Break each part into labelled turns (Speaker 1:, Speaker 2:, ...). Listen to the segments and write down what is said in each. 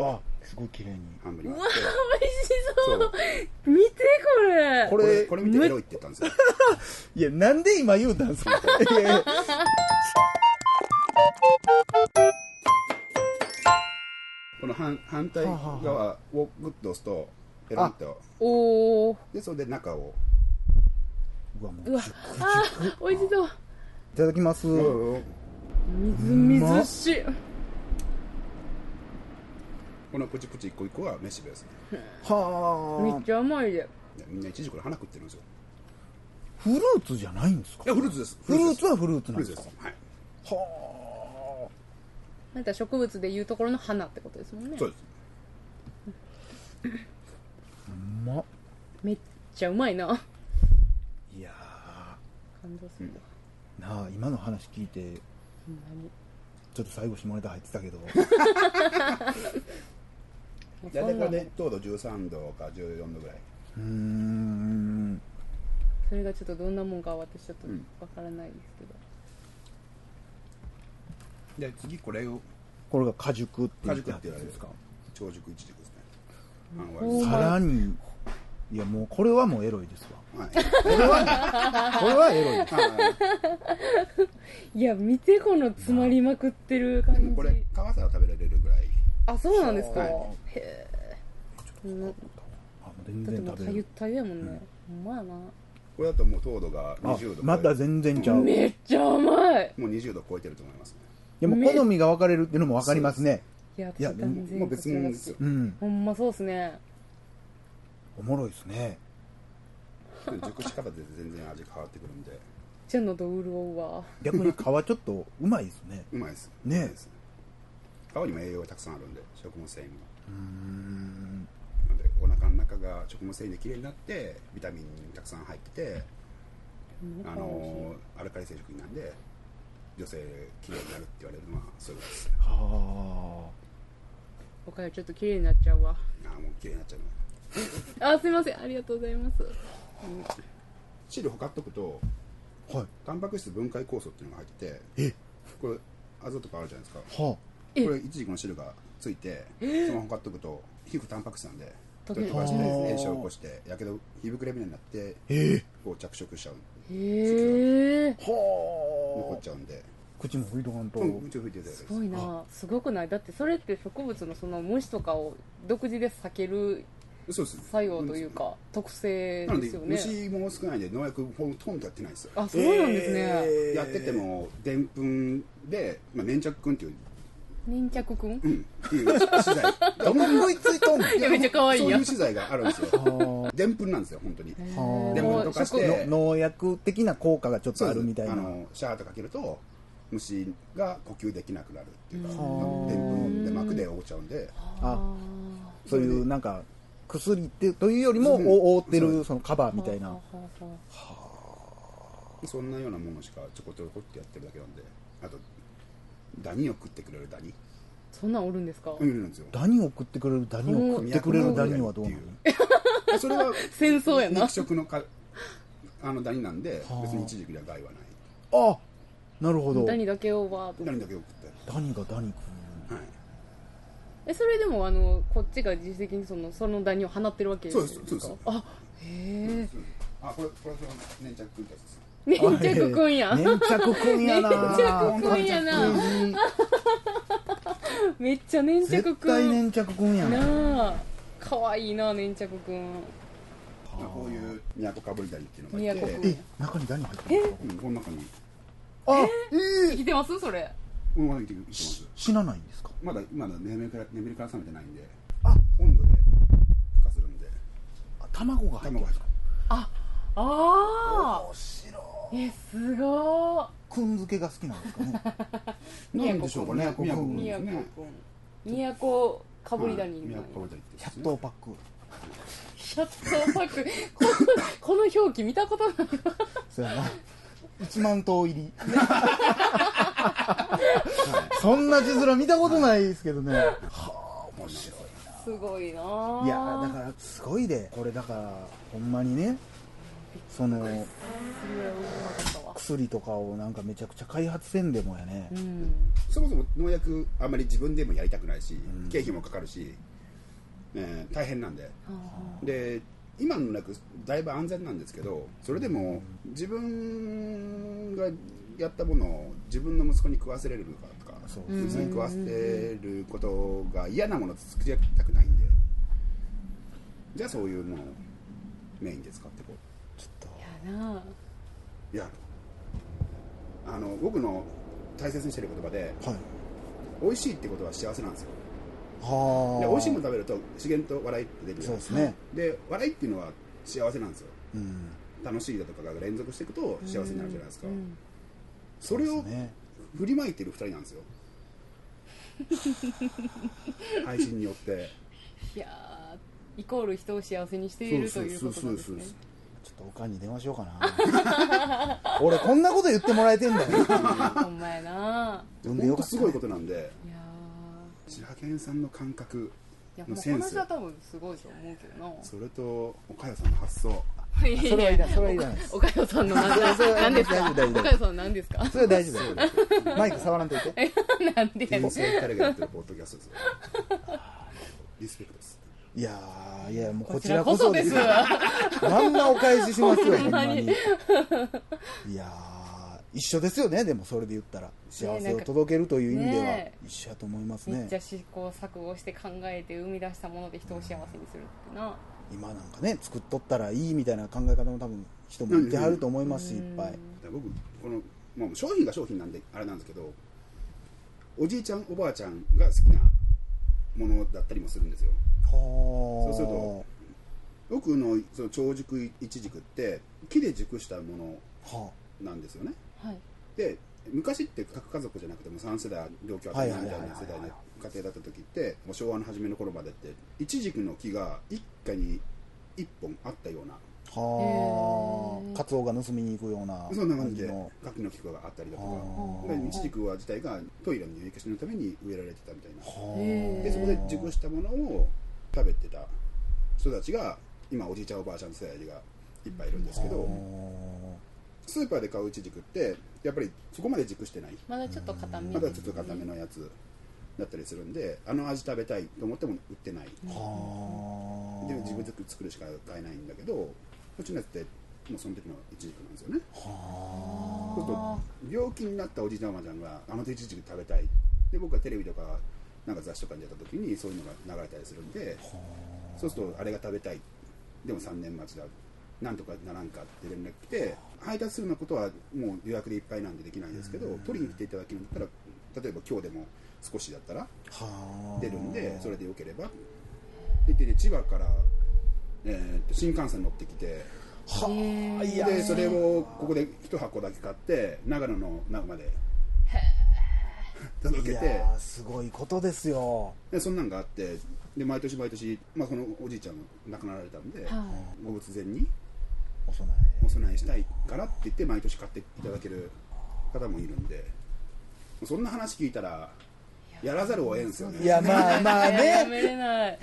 Speaker 1: あすごい綺麗に
Speaker 2: 半分
Speaker 3: う
Speaker 2: に
Speaker 3: わ
Speaker 2: 割って
Speaker 3: ー美味し
Speaker 2: そ
Speaker 3: そう
Speaker 2: う
Speaker 3: 見てこれ
Speaker 1: こ
Speaker 2: これ
Speaker 1: れ
Speaker 2: これ見てエロいって言ったんですよ
Speaker 1: いやなんで今言うたんす かいやいや
Speaker 2: この反反対側をグッと押すとペロンと
Speaker 3: おお
Speaker 2: でそれで中を
Speaker 1: うわもう
Speaker 3: うわあー美味しそう
Speaker 1: いただきます、
Speaker 3: みずみずしい
Speaker 2: このプチプチ一個一個はメシベですね
Speaker 3: め
Speaker 1: は
Speaker 3: っ
Speaker 1: あ
Speaker 3: ちゃ甘いで
Speaker 2: でみんな一時これ花食ってるんですよ
Speaker 1: フルーツじゃないんですか
Speaker 2: いやフルーツです
Speaker 1: フルー
Speaker 2: です
Speaker 1: ツはフルーツ
Speaker 2: フ
Speaker 1: なん
Speaker 2: ルー
Speaker 1: で
Speaker 2: ツ
Speaker 1: す
Speaker 2: で
Speaker 1: か
Speaker 2: すはい
Speaker 1: は
Speaker 3: なんか植物でいうところの花ってことですもんね
Speaker 2: そうです
Speaker 1: あうまっ
Speaker 3: めっちゃうまいない
Speaker 1: や
Speaker 3: 感動する
Speaker 1: ーなあ今の話聞いて
Speaker 3: ほんまに
Speaker 1: ちょっと最後下ネタ入ってた けど
Speaker 3: もう
Speaker 2: 大
Speaker 3: そん
Speaker 2: 体
Speaker 3: な
Speaker 2: これで糖度13度か14度ぐらいう
Speaker 1: ーん
Speaker 3: それがちょっとどんなもんかは私ちょっとわからないですけど、
Speaker 2: で次これを
Speaker 1: これが果熟って言
Speaker 2: 果
Speaker 1: っ
Speaker 2: 熟
Speaker 1: て
Speaker 2: っ
Speaker 1: は
Speaker 2: 言わ
Speaker 1: ってたやつ
Speaker 2: れる
Speaker 1: ですか
Speaker 2: 長熟一軸ですね半
Speaker 3: お
Speaker 2: 割
Speaker 3: ー
Speaker 1: さらにいやもうこれはもうエロいですわ
Speaker 2: はい
Speaker 1: これはエロいです
Speaker 3: いや見てこの詰まりまくってる感
Speaker 2: で
Speaker 3: じ
Speaker 2: もこれ皮さら食べられるぐらい
Speaker 3: あそうなんですか、
Speaker 2: はい
Speaker 3: へえうん
Speaker 1: あもう全
Speaker 3: だ
Speaker 1: 然食
Speaker 3: ってもうか
Speaker 1: べれ
Speaker 3: ゆっ
Speaker 1: る
Speaker 3: たゆやもんね、ほんまや
Speaker 2: これだともう糖度が
Speaker 1: あ
Speaker 2: 20度
Speaker 1: また全然ちゃ
Speaker 3: な
Speaker 1: う
Speaker 3: めっちゃ甘い
Speaker 2: もう20度超えてると思います
Speaker 1: でも好みが分かれるっていうのも分かりますね
Speaker 3: いや
Speaker 1: いや
Speaker 3: 私断然
Speaker 2: もう別物ですよ
Speaker 1: うん
Speaker 3: ほんまそうっすね
Speaker 1: おもろいですね
Speaker 2: 熟し方で全然味変わってくるんで
Speaker 3: じゃのど潤うわ
Speaker 1: 逆に皮ちょっとうまいですね
Speaker 2: うまいです
Speaker 1: ねえ
Speaker 2: うまいです皮にも栄養がたくさんあるんで食物繊維も
Speaker 1: うーん
Speaker 2: なのでお腹の中が食物繊維できれいになってビタミンたくさん入っててあのアルカリ性食品なんで女性きれいになるって言われるのはそういうことです
Speaker 1: は
Speaker 3: おかゆちょっと綺麗になっちゃうわ
Speaker 2: ああもうきれいになっちゃうな
Speaker 3: あすいませんありがとうございます
Speaker 2: 汁ほかっとくと
Speaker 1: あはい
Speaker 2: タンパク質分解酵素っていうのが入ってて
Speaker 1: え
Speaker 2: これアゾとかあるじゃないですか
Speaker 1: は
Speaker 3: え
Speaker 2: これ一軸の汁がついてそのまま買っとくと皮膚タンパク質なんで
Speaker 3: 溶
Speaker 2: 溶
Speaker 3: け
Speaker 2: け
Speaker 3: る
Speaker 2: 溶かして
Speaker 1: あー
Speaker 2: 炎症を起こしてやけど皮膚くれみたいになって
Speaker 1: え
Speaker 2: こう着色しちゃう
Speaker 3: へえ
Speaker 1: ー、は
Speaker 2: 残
Speaker 1: あ
Speaker 2: っちゃうんで
Speaker 1: 口も拭いとかんと、
Speaker 2: うん口を拭いていただいて
Speaker 3: すごいなすごくないだってそれって植物のその虫とかを独自で避ける
Speaker 2: そうです
Speaker 3: 作用というか特性
Speaker 2: なの
Speaker 3: で
Speaker 2: です
Speaker 3: よね
Speaker 2: 虫も少ないんで農薬ほとんどやってないんですよ
Speaker 3: あそうなんですね、
Speaker 1: えー
Speaker 2: やっててもでんぷんで、まあ、粘着くんっていう
Speaker 3: 粘着くん
Speaker 2: うんっていう 資材
Speaker 1: どん食いついとんの
Speaker 3: いやめっちゃ可愛い
Speaker 2: そう
Speaker 3: や
Speaker 2: い
Speaker 3: ん
Speaker 2: う資材があるんです
Speaker 1: あ
Speaker 2: よ
Speaker 1: ー
Speaker 2: でんぷんなんですよ本当に
Speaker 3: へー
Speaker 1: はあ
Speaker 2: で
Speaker 3: も
Speaker 2: も
Speaker 3: う
Speaker 2: 溶かして
Speaker 3: 植
Speaker 1: の農薬的な効果がちょっとあるみたいな
Speaker 2: そうですあのシャーとかけると虫が呼吸できなくなるっていうかでん
Speaker 1: はあ
Speaker 2: ぷんで膜で覆っちゃうんで
Speaker 1: あ
Speaker 3: あ
Speaker 1: そういうなんか薬ってというよりも
Speaker 2: うん
Speaker 1: お覆って
Speaker 2: そ
Speaker 1: るそのカバーみたいな
Speaker 3: はあはあはあ
Speaker 2: そんなようなものしかちょこちょこってやってるだけなんであとダニを食ってくれるダニ
Speaker 3: そんなんおるんですか、
Speaker 2: いるんですよ
Speaker 1: ダニを食ってくれるダニを食ってくれるダニはどうなの
Speaker 2: のそれ は
Speaker 3: 戦争やな
Speaker 2: 肉食のかあのダニなんで
Speaker 1: はあ
Speaker 2: 別に一軸には害はない
Speaker 1: あなるほどダ
Speaker 3: ダ
Speaker 1: ニ
Speaker 3: ニだけをわーっと
Speaker 2: ダニだけを食って
Speaker 1: がダニ食う
Speaker 2: はい
Speaker 3: えそれでもあのこっちが自主的にそのそのダニを放ってるわけ
Speaker 2: そうですそうです
Speaker 3: あへえ
Speaker 2: あこれこれその粘着くんたちです
Speaker 3: 粘着くんやん
Speaker 1: 粘着くんやな
Speaker 3: 粘着くんやなめっちゃ粘着
Speaker 1: 絶
Speaker 3: く
Speaker 1: 対
Speaker 3: ん
Speaker 1: 粘着くんやな
Speaker 3: なあかわいいな粘着くん
Speaker 2: こういう都かぶりダニっていうのがい
Speaker 3: 宮
Speaker 2: て
Speaker 3: 古くん
Speaker 1: え中にダニ入ってるんですか
Speaker 2: うんこの中に
Speaker 1: あ
Speaker 3: 生きてますそれ
Speaker 2: この中に生きてます
Speaker 1: 死なないんですか
Speaker 2: まだ今だ眠りから眠りから覚めてないんで
Speaker 1: あ
Speaker 2: 温度で孵化するんで
Speaker 1: あ卵が入って
Speaker 2: 卵
Speaker 1: る
Speaker 2: が入る
Speaker 3: ああ
Speaker 1: 面白い
Speaker 3: えすごー
Speaker 1: くん漬けが好きなんですかね
Speaker 2: なんでしょうかね
Speaker 1: 宮古くん
Speaker 2: 宮
Speaker 3: 宮
Speaker 2: 古
Speaker 3: 古
Speaker 2: くん
Speaker 3: くん宮古かぶりダニみたい
Speaker 2: 宮
Speaker 3: な
Speaker 2: 古かぶりダニってやつですね
Speaker 1: 100頭パック
Speaker 3: シャットパックこの この表記見たことない
Speaker 1: そうやな1万頭入り そんな字面見たことないですけどねはあ面白い
Speaker 3: すごいなあ
Speaker 1: いやだからすごいでこれだからほんまにねその
Speaker 3: それは美味しくなかったわ
Speaker 1: 薬とかをなんかめちゃくちゃ開発せんでもやね、
Speaker 3: うん
Speaker 2: そもそも農薬あんまり自分でもやりたくないし、経費もかかるし、えー大変なんで
Speaker 3: はあは
Speaker 2: で今のなくだいぶ安全なんですけどそれでも自分がやったものを自分の息子に食わせれるのかとか
Speaker 1: そう
Speaker 2: 息
Speaker 1: です
Speaker 2: 子
Speaker 1: ね
Speaker 2: に食わせることが嫌なものを作りたくないんでじゃあそういうものをメインで使ってこう
Speaker 1: ちょっ
Speaker 3: あやない
Speaker 2: やあの僕の大切にしてる言葉で
Speaker 1: とはい
Speaker 2: 美味しいってことは幸せなんですよ
Speaker 1: は
Speaker 2: で
Speaker 1: あ
Speaker 2: 美味しいもの食べると資源と笑いって出るじゃ
Speaker 1: そ
Speaker 2: ない
Speaker 1: うです
Speaker 2: か
Speaker 1: ね
Speaker 2: で笑いっていうのは幸せなんですよ
Speaker 1: うん
Speaker 2: 楽しいだとかが連続していくと幸せになるじゃないですか、
Speaker 3: うん
Speaker 2: それ
Speaker 1: そ
Speaker 2: を
Speaker 1: うですね
Speaker 2: 振りまいてる2人なん ですよ配信によって
Speaker 3: いやーイコール人を幸せにしているということなんですね
Speaker 1: ちょっとおかんに電話しようかな俺こんなこと言ってもらえてんだ よ
Speaker 3: ほんまやな
Speaker 1: 呼んで
Speaker 2: 本
Speaker 1: よ
Speaker 2: 当
Speaker 1: かっ
Speaker 2: す
Speaker 1: た
Speaker 2: ごいことなんで
Speaker 3: いや
Speaker 2: 千葉県さんの感覚
Speaker 3: ーいや
Speaker 2: の
Speaker 3: もう
Speaker 2: セン
Speaker 3: 話
Speaker 2: ス
Speaker 3: は多分すごいと思うけどな
Speaker 2: それと岡谷さんの発想
Speaker 3: いやいや
Speaker 1: それはいらないそれはいらないです
Speaker 3: おかよさんの何
Speaker 1: それは
Speaker 3: 何です
Speaker 1: 大
Speaker 3: か
Speaker 1: 丈夫大丈夫
Speaker 3: おかよさん何ですか
Speaker 1: それは大丈夫だよマイク触らんといて
Speaker 3: なんでや
Speaker 2: 人
Speaker 3: ねん
Speaker 2: 生2人がやってるポッドキャストですよリスペクトです
Speaker 1: いやーいやもうこ
Speaker 3: こ
Speaker 1: ち
Speaker 3: ち
Speaker 1: ら
Speaker 3: ら
Speaker 1: こ
Speaker 3: こ
Speaker 1: そ
Speaker 3: そ
Speaker 1: で
Speaker 3: ですす
Speaker 1: よあんなお返ししますよほ
Speaker 3: ほ
Speaker 1: ん
Speaker 3: ん
Speaker 1: ま
Speaker 3: ま
Speaker 1: に
Speaker 3: に
Speaker 1: いやー一緒ですよねでもそれで言ったら幸せを届けるという意味では
Speaker 3: ね
Speaker 1: 一緒やと思います
Speaker 3: め
Speaker 1: ね
Speaker 3: っちゃ試行錯誤して考えて生み出したもので人を幸せにするってな
Speaker 1: 今なんかね作っとったらいいみたいな考え方も多分人もいてはると思いますしいっぱい
Speaker 2: だから僕この、まあ、商品が商品なんであれなんですけどおじいちゃんおばあちゃんが好きなものだったりもするんですよ
Speaker 1: は
Speaker 2: そうすると僕のその長熟いちじくって木で熟したも
Speaker 1: あは
Speaker 2: のなんですよね
Speaker 3: はい
Speaker 2: で昔って各家族じゃなくても3世代同居あたりみたいな世代の家庭だった時ってもう昭和の初めの頃までっていちじくの木が一家に1本あったような
Speaker 1: あは
Speaker 3: へ
Speaker 1: あ
Speaker 3: ー
Speaker 1: カツオが盗みに行くような
Speaker 2: そんな感じで
Speaker 1: の
Speaker 2: 柿の木があったりだとか
Speaker 1: は
Speaker 2: でいちじくは自体がトイレの入居しのために植えられてたみたいな
Speaker 1: あはあ
Speaker 3: へー
Speaker 2: でそこで熟したものを食べてた人たちが今おじいちゃんおばあちゃんの世代がいっぱいいるんですけどスーパーで買うイチジクってやっぱりそこまで熟してない
Speaker 3: まだちょっと固め
Speaker 2: まだちょっと固めのやつだったりするんであの味食べたいと思っても売ってない
Speaker 1: はあ
Speaker 2: で自分で作るしか買えないんだけどこっちのやつってもうその時のイチジクなんですよね
Speaker 1: は
Speaker 2: そうすると病気になったおじいちゃんおばあちゃんがあのイチジク食べたいで僕がテレビとかなんか雑誌とかに出た時にそういうのが流れたりするんでそうするとあれが食べたいでも3年待ちだなんとかならんかって連絡来て配達するようなことはもう予約でいっぱいなんでできないんですけど取りに来ていただけるんだったら例えば今日でも少しだったら
Speaker 1: あはあ
Speaker 2: 出るんでそれでよければで言ってね千葉から、えーと新幹線乗ってきて
Speaker 1: はあいや
Speaker 2: でそれをここで一箱だけ買って長野の長まで届
Speaker 1: い
Speaker 2: け
Speaker 1: や
Speaker 2: て
Speaker 1: ーすごいことですよ
Speaker 2: でそんなんがあってで毎年毎年、まあ、そのおじいちゃん亡くなられたんで
Speaker 3: は
Speaker 2: ご仏前に
Speaker 1: お供
Speaker 2: お供えしたいからって言って毎年買っていただける方もいるんでそんな話聞いたらやらざるを得んすよ
Speaker 1: え
Speaker 2: ね
Speaker 1: いやまあまあ
Speaker 3: いいやや
Speaker 1: ね
Speaker 3: めれない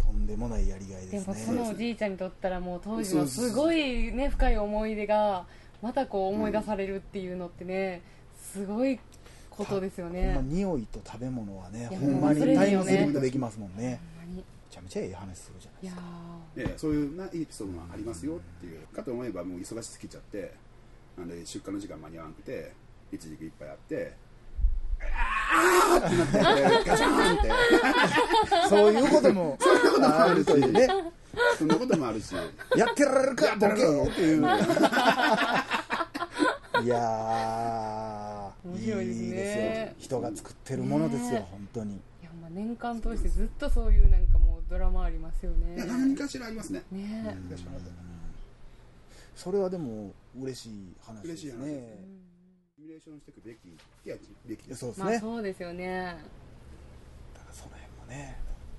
Speaker 1: とんでもないやりがい
Speaker 3: で
Speaker 1: です
Speaker 3: もそ
Speaker 1: ね
Speaker 3: のおじいちゃんにとったらもう当時のすごいね深い思い出がまたこう思い出されるっていうのってねすごいことですよね
Speaker 1: ほんま匂いと食べ物はね
Speaker 3: いや
Speaker 1: ほんまに
Speaker 2: ほんまに
Speaker 1: タイ
Speaker 2: いいよ
Speaker 1: ム
Speaker 2: ね
Speaker 1: スリップできますもんね
Speaker 3: ほんまに
Speaker 1: めちゃめちゃええ話するじゃない
Speaker 3: い
Speaker 1: で
Speaker 3: や
Speaker 1: すか
Speaker 3: ー
Speaker 2: でそういうないいエピソードがありますよっていうかと思えばもう忙しすぎちゃってなんで出荷の時間間に合わなくていちじくいっぱいあってあーってなってガチャーンって
Speaker 1: そういうこともあるというね
Speaker 2: そんなこともあるし
Speaker 1: やってられるかボケよっていう
Speaker 2: う
Speaker 1: いやー
Speaker 3: 面白いですね
Speaker 1: よ人が作ってるものですよ
Speaker 3: ね
Speaker 1: 本当に
Speaker 3: いやほんま年間通してずっとそういうなんかもうドラマありますよね
Speaker 2: 何かしらありますね
Speaker 3: ね
Speaker 2: 何かしらある
Speaker 1: それはでも嬉しい話で
Speaker 2: 嬉しい
Speaker 1: す
Speaker 2: 話です
Speaker 1: ね
Speaker 2: ねシミュレーションしていくべきいやべき
Speaker 1: い
Speaker 2: で
Speaker 1: や
Speaker 2: す
Speaker 1: そうです
Speaker 3: まあ
Speaker 1: ね
Speaker 3: そうですよね
Speaker 1: だからその辺もね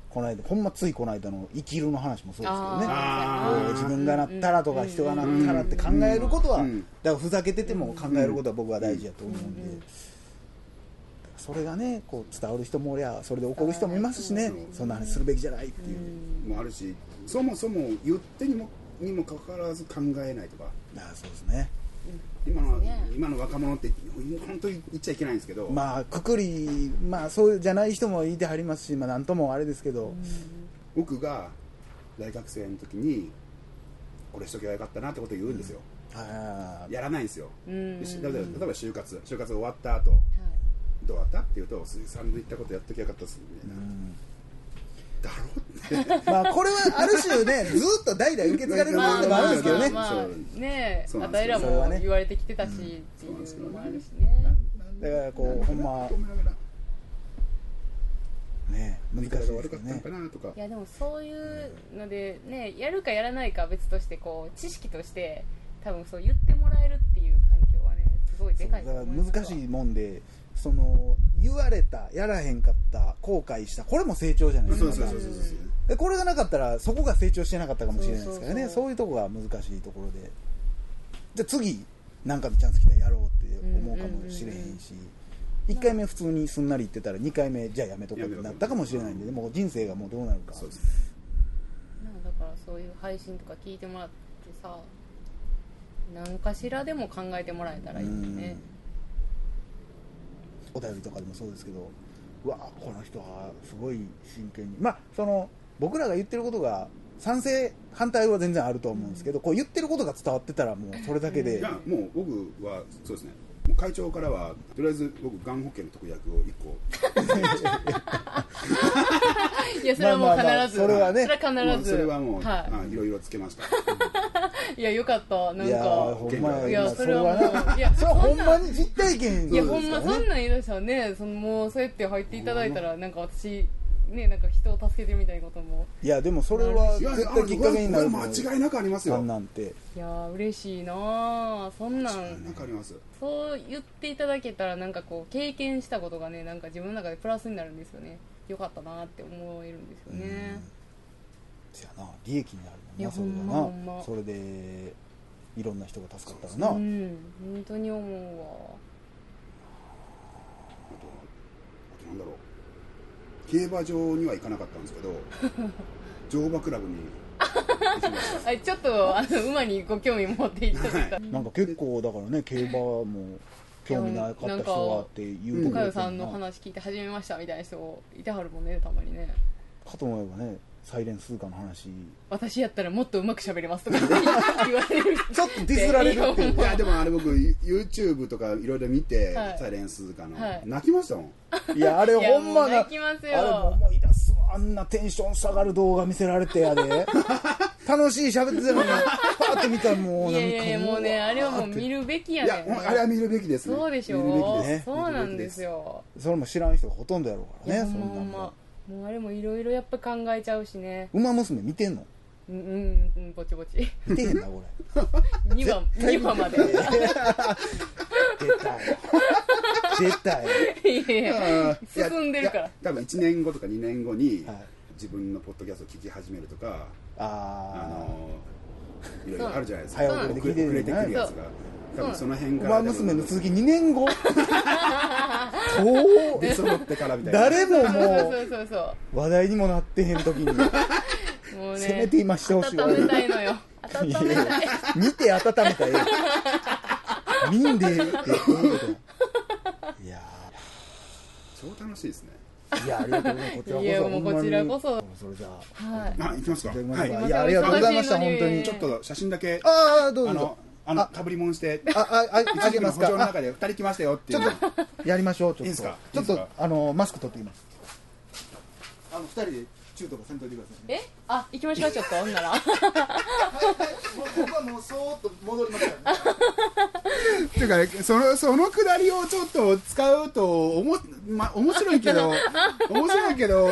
Speaker 1: この間ほんまついこの間の生きるの話もそうですけどね
Speaker 2: あー
Speaker 1: こう自分がなったらとか
Speaker 3: うん
Speaker 1: 人がなったらって考えることはだ
Speaker 2: うん
Speaker 1: からふざけてても考えることは僕は大事やと思うんで
Speaker 3: うんうん
Speaker 1: だからそれがねこう伝わる人もおりゃそれで怒る人もいますしね
Speaker 2: うん
Speaker 1: そんな話するべきじゃないって
Speaker 3: う
Speaker 1: いうん
Speaker 2: もあるしそもそも言ってにもにもかかわらず考えないとか
Speaker 1: あそうですね
Speaker 2: 今の
Speaker 3: ね
Speaker 2: 今の若者って本当に言っちゃいけないんですけど、
Speaker 1: まあくくりまあそうじゃない人もいてはりますしまあなんともあれですけど、
Speaker 2: 僕が大学生の時にこれしとけばよかったなってことを言うんですよ、
Speaker 1: あー
Speaker 2: やらないんですよ、
Speaker 3: うん
Speaker 2: でし
Speaker 3: うん
Speaker 2: 例えば
Speaker 3: は
Speaker 2: 例
Speaker 3: い
Speaker 2: えば就活就活終わった後どうだったって言うと鈴木さんの言ったことやっときゃよかったっすみたいな、だろうって
Speaker 1: まあこれはある種ねずっと代々受け継がれるも
Speaker 3: ま
Speaker 1: の
Speaker 3: あ
Speaker 1: でもあ
Speaker 3: ま
Speaker 1: るん
Speaker 3: あ
Speaker 1: ですけどね
Speaker 3: まあまあねえ
Speaker 2: そうな
Speaker 3: あ
Speaker 2: んです
Speaker 3: たい
Speaker 2: よ
Speaker 3: ら
Speaker 1: それは
Speaker 3: も
Speaker 1: ね
Speaker 3: 言われてきてたしって
Speaker 2: そうなんです
Speaker 3: い
Speaker 2: けど
Speaker 3: うのもある
Speaker 2: ね
Speaker 3: しね
Speaker 1: だからこうほんま
Speaker 2: ごめんごめん
Speaker 1: ね
Speaker 2: 言
Speaker 1: 難し
Speaker 2: い
Speaker 1: いで
Speaker 2: 方
Speaker 1: す
Speaker 2: が
Speaker 1: よ
Speaker 2: 悪かったの
Speaker 1: ね
Speaker 2: かなとか
Speaker 3: いやでもそういうのでねやるかやらないかは別としてこう知識として多分そう言ってもらえるっていう環境はねすごい
Speaker 1: そ
Speaker 3: で
Speaker 1: うだか
Speaker 3: かいと
Speaker 1: ら
Speaker 3: 思います
Speaker 1: 難しいもんでその言われたやらへんかった後悔したこれも成長じゃないです
Speaker 2: そう
Speaker 1: か
Speaker 2: そう
Speaker 1: ま
Speaker 2: そう
Speaker 1: た
Speaker 2: そうそう
Speaker 1: でこれがなかったらそこが成長してなかったかもしれないですからね
Speaker 3: そうそう
Speaker 1: そ
Speaker 3: そう
Speaker 1: ういうとこが難しいところでじゃあ次何かのチャンス来たらやろうって思うかもしれへんし、1回目普通にすんなり言ってたら2回目じゃあやめとこうってなったかもしれないんで、ね、もう人生がもうどうなるか
Speaker 2: そうです
Speaker 3: なんかだからそういう配信とか聞いてもらってさ何かしらでも考えてもらえたらいいよね
Speaker 1: お便りとかでもそうですけどうわこの人はすごい真剣にまあその僕らが言ってることが賛成反対は全然あると思うんですけど、こう言ってることが伝わってたらもうそれだけで、
Speaker 2: いやもう僕はそうですねもう会長からはとりあえず僕がん保険の特約を1個
Speaker 3: いやそれはもう必
Speaker 1: まあ
Speaker 3: ず、
Speaker 1: まあまあそれはね
Speaker 2: も
Speaker 3: 必
Speaker 2: う
Speaker 3: ず
Speaker 2: それはもう、
Speaker 3: は
Speaker 2: あいろいろつけました
Speaker 3: い、いやよかったなん
Speaker 1: いやー
Speaker 3: か
Speaker 1: ほんまや
Speaker 2: い
Speaker 3: や
Speaker 1: 今
Speaker 3: それはもう
Speaker 1: ない
Speaker 3: や
Speaker 1: それはほんま
Speaker 3: そん
Speaker 1: に実体験
Speaker 3: い
Speaker 1: で
Speaker 3: や
Speaker 1: す
Speaker 3: ほんま
Speaker 1: から
Speaker 3: そん
Speaker 1: ね
Speaker 3: なん言い出したらねそのもうそうやって入っていただいたらなんか私ねなんか人を助けてるみたいなことも
Speaker 1: いやでもそれはい
Speaker 2: や
Speaker 1: 絶対きっかけになる
Speaker 2: これ間違いなくあります
Speaker 1: あ
Speaker 2: よ
Speaker 1: んなんて
Speaker 3: いやー嬉しいなあそんなん
Speaker 2: なんかあります
Speaker 3: そう言っていただけたらなんかこう経験したことがねなんか自分の中でプラスになるんですよねよかったなって思えるんですよね
Speaker 1: そやな利益になるもん
Speaker 3: いや
Speaker 1: なそれが
Speaker 3: ほんまほん
Speaker 1: な
Speaker 3: ま
Speaker 1: それでいろんな人が助かったらなん
Speaker 3: う本当に思
Speaker 2: あとあとなんだろう競馬場には行かなかったんです けど乗馬クラブに行きまし
Speaker 3: うわあちょっとあの馬にご興味持っていただいた
Speaker 1: なんか結構だからね競馬も興味なかった人はっていうと
Speaker 3: 岡
Speaker 1: ころ
Speaker 3: 代さんの話聞いて始めましたみたいな人いてはるもんねたまにね
Speaker 1: かと思えばねサイレンスーカの話
Speaker 3: 私やったらもっとうまく喋れますと かね言われる
Speaker 1: ちょっとディスられるっていう
Speaker 2: たいやでもあれ僕 YouTube とかいろいろ見て、
Speaker 3: はい
Speaker 2: サイレンスかの、
Speaker 3: はい
Speaker 2: 泣きましたもん
Speaker 1: いやあれ
Speaker 3: いや
Speaker 1: ほん
Speaker 3: も
Speaker 1: ま
Speaker 3: う
Speaker 1: なあ
Speaker 3: 泣き
Speaker 1: れ
Speaker 3: ます
Speaker 1: も
Speaker 3: よ
Speaker 1: 思い出すわあんなテンション下がる動画見せられてやで 楽しい喋ってたのにパーって見たらもうなんか
Speaker 3: いやいやいやもうね
Speaker 1: わー
Speaker 3: あれはもう
Speaker 1: って
Speaker 3: 見るべき
Speaker 2: い
Speaker 3: や
Speaker 2: や
Speaker 3: ね
Speaker 2: ほんあれは見るべきですね
Speaker 3: そうでしょ
Speaker 2: 見るべき
Speaker 3: う、
Speaker 2: です
Speaker 1: ね
Speaker 3: そうなんですよ
Speaker 1: それも知らん人がほとんどやろう
Speaker 3: い
Speaker 1: から
Speaker 3: や
Speaker 1: ね
Speaker 3: ほ
Speaker 1: そ
Speaker 3: ん
Speaker 1: んな
Speaker 3: まほ
Speaker 1: ん
Speaker 3: ん
Speaker 1: も
Speaker 3: まもうあれもいろいろやっぱ考えちゃうしね
Speaker 1: 馬娘見てんの
Speaker 3: うんうんうんぼち ぼち
Speaker 1: 見てへんなこ
Speaker 3: 2番二 番まで
Speaker 1: れ出たよ 出たよ
Speaker 3: いやいや
Speaker 2: あーいや
Speaker 3: 進んでるから
Speaker 2: いや多分1年後とか2年後に、
Speaker 1: はい
Speaker 2: 自分のポッドキャストを聞き始めるとかあ
Speaker 1: ああ
Speaker 2: のーいろいろあるじゃないですか
Speaker 1: そう
Speaker 2: 遅
Speaker 1: 早
Speaker 2: れ
Speaker 1: 送り
Speaker 2: 遅
Speaker 1: で
Speaker 2: れて
Speaker 1: きてる
Speaker 2: く
Speaker 1: よね
Speaker 2: るやつが多分その辺から
Speaker 1: 馬娘の
Speaker 2: 多
Speaker 1: 続き2年 後
Speaker 2: 分
Speaker 1: 遠
Speaker 2: 出
Speaker 1: っ
Speaker 2: 揃ってからみたいな
Speaker 1: 誰も
Speaker 3: そう
Speaker 1: も
Speaker 3: そうそうそう
Speaker 1: う話題にもなってへん時に
Speaker 3: そうもうね
Speaker 1: せめて今してほしいわ
Speaker 3: 温めたいのよ温めたい
Speaker 1: 見て温めたらええ見んでええってどういうこといや
Speaker 2: 超楽しいですね
Speaker 1: ーいやありがとうございますこちらこそ
Speaker 3: いやもうこちらこそ
Speaker 1: ほんまにそれじゃあ
Speaker 3: はい
Speaker 2: あ行きますか
Speaker 1: いただきま
Speaker 2: は
Speaker 1: す
Speaker 2: い
Speaker 1: かいやありがとうございました
Speaker 3: お忙しいの
Speaker 1: 本
Speaker 3: に
Speaker 1: 当に
Speaker 2: ちょっと写真だけ
Speaker 1: ああどうぞ
Speaker 2: あ
Speaker 1: どうぞ
Speaker 2: のあのかぶり物して
Speaker 1: ああああげます
Speaker 2: 一部の補助の
Speaker 1: か
Speaker 2: 中で2人来ましたよっていうの
Speaker 1: あやりましょうちょっと
Speaker 2: いいんすか
Speaker 1: ちょっ
Speaker 2: いいん
Speaker 1: と
Speaker 2: すか
Speaker 1: あのマスク取ってきますあの二人で中とかせんといてください
Speaker 3: えあ行きましょうちょっとほ んなら
Speaker 1: 僕はもうそーっと戻りますから
Speaker 2: っていうかねそのそのくだりをちょっと使うとおも、ま、面白いけ ど面白いけど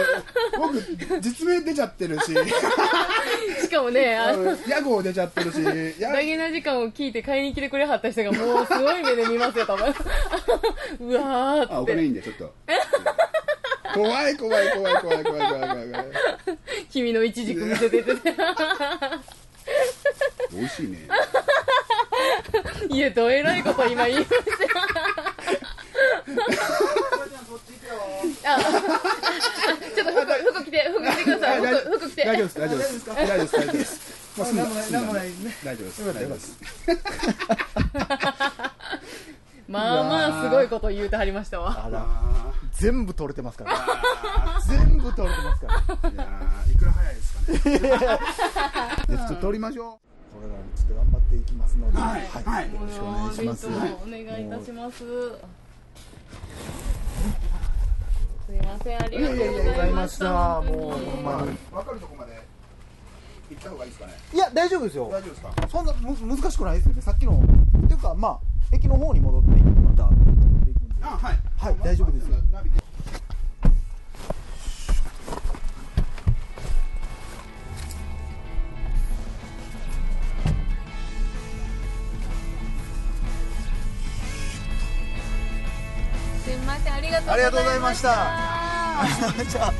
Speaker 2: 僕実名出ちゃってるし
Speaker 3: しかもねあ
Speaker 2: あ
Speaker 3: の
Speaker 2: の屋号出ちゃってるしや
Speaker 3: ダゲな時間を聞いて買いに来てくれはった人がもうすごい目で見ますよ多 分うわ
Speaker 2: あ
Speaker 3: ーっ
Speaker 2: お金いい
Speaker 3: て
Speaker 2: んでちょっと怖い怖い怖い怖い怖い怖い怖い怖い
Speaker 3: 君の一軸見せてて
Speaker 2: 美味しいね
Speaker 3: いやどえらいこと今言いましたあちょっと服服着て服着てください服服着て
Speaker 2: 大丈夫です大丈夫です大丈夫です大丈夫ですまあ、
Speaker 1: あ
Speaker 2: 済んだ
Speaker 1: なんもな
Speaker 2: 済んだ
Speaker 1: いなんもないですね
Speaker 2: 大丈夫です
Speaker 1: よかっ
Speaker 2: 大
Speaker 1: た
Speaker 2: 丈夫です
Speaker 3: まあまあすごいこと言うてはりましたわ
Speaker 1: あら
Speaker 2: あ
Speaker 1: 全部取れてますから全部取れてますからこ
Speaker 2: ーいやーいくら早いですかねじゃあちょっと撮りましょ
Speaker 1: れからもちょっと頑張っていきますので、
Speaker 2: はいはい
Speaker 1: よろしくお願いします
Speaker 3: もうお願いいたしますすいませんありがとうご
Speaker 1: ありがとうござ
Speaker 3: ざいました
Speaker 1: いましたもうほん
Speaker 2: う、
Speaker 1: まはい
Speaker 2: 分かるとこまで行った方がいいですかね
Speaker 1: いや大丈夫ですよ
Speaker 2: 大丈夫ですか
Speaker 1: そんなむ難しくないですよねさっきのっていうかまあ駅の方に戻ってまた戻っていくんで
Speaker 2: あはい
Speaker 1: はい大丈夫ですよ
Speaker 2: ナビで
Speaker 3: すいませんありがとう
Speaker 1: ありがとうございました
Speaker 3: ございました
Speaker 1: じゃあ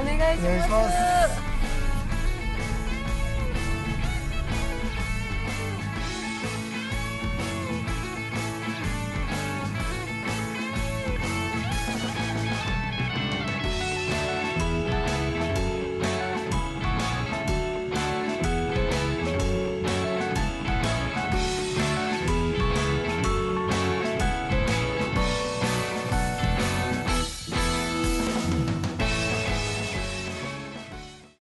Speaker 3: お願いし
Speaker 1: お願いし
Speaker 3: ます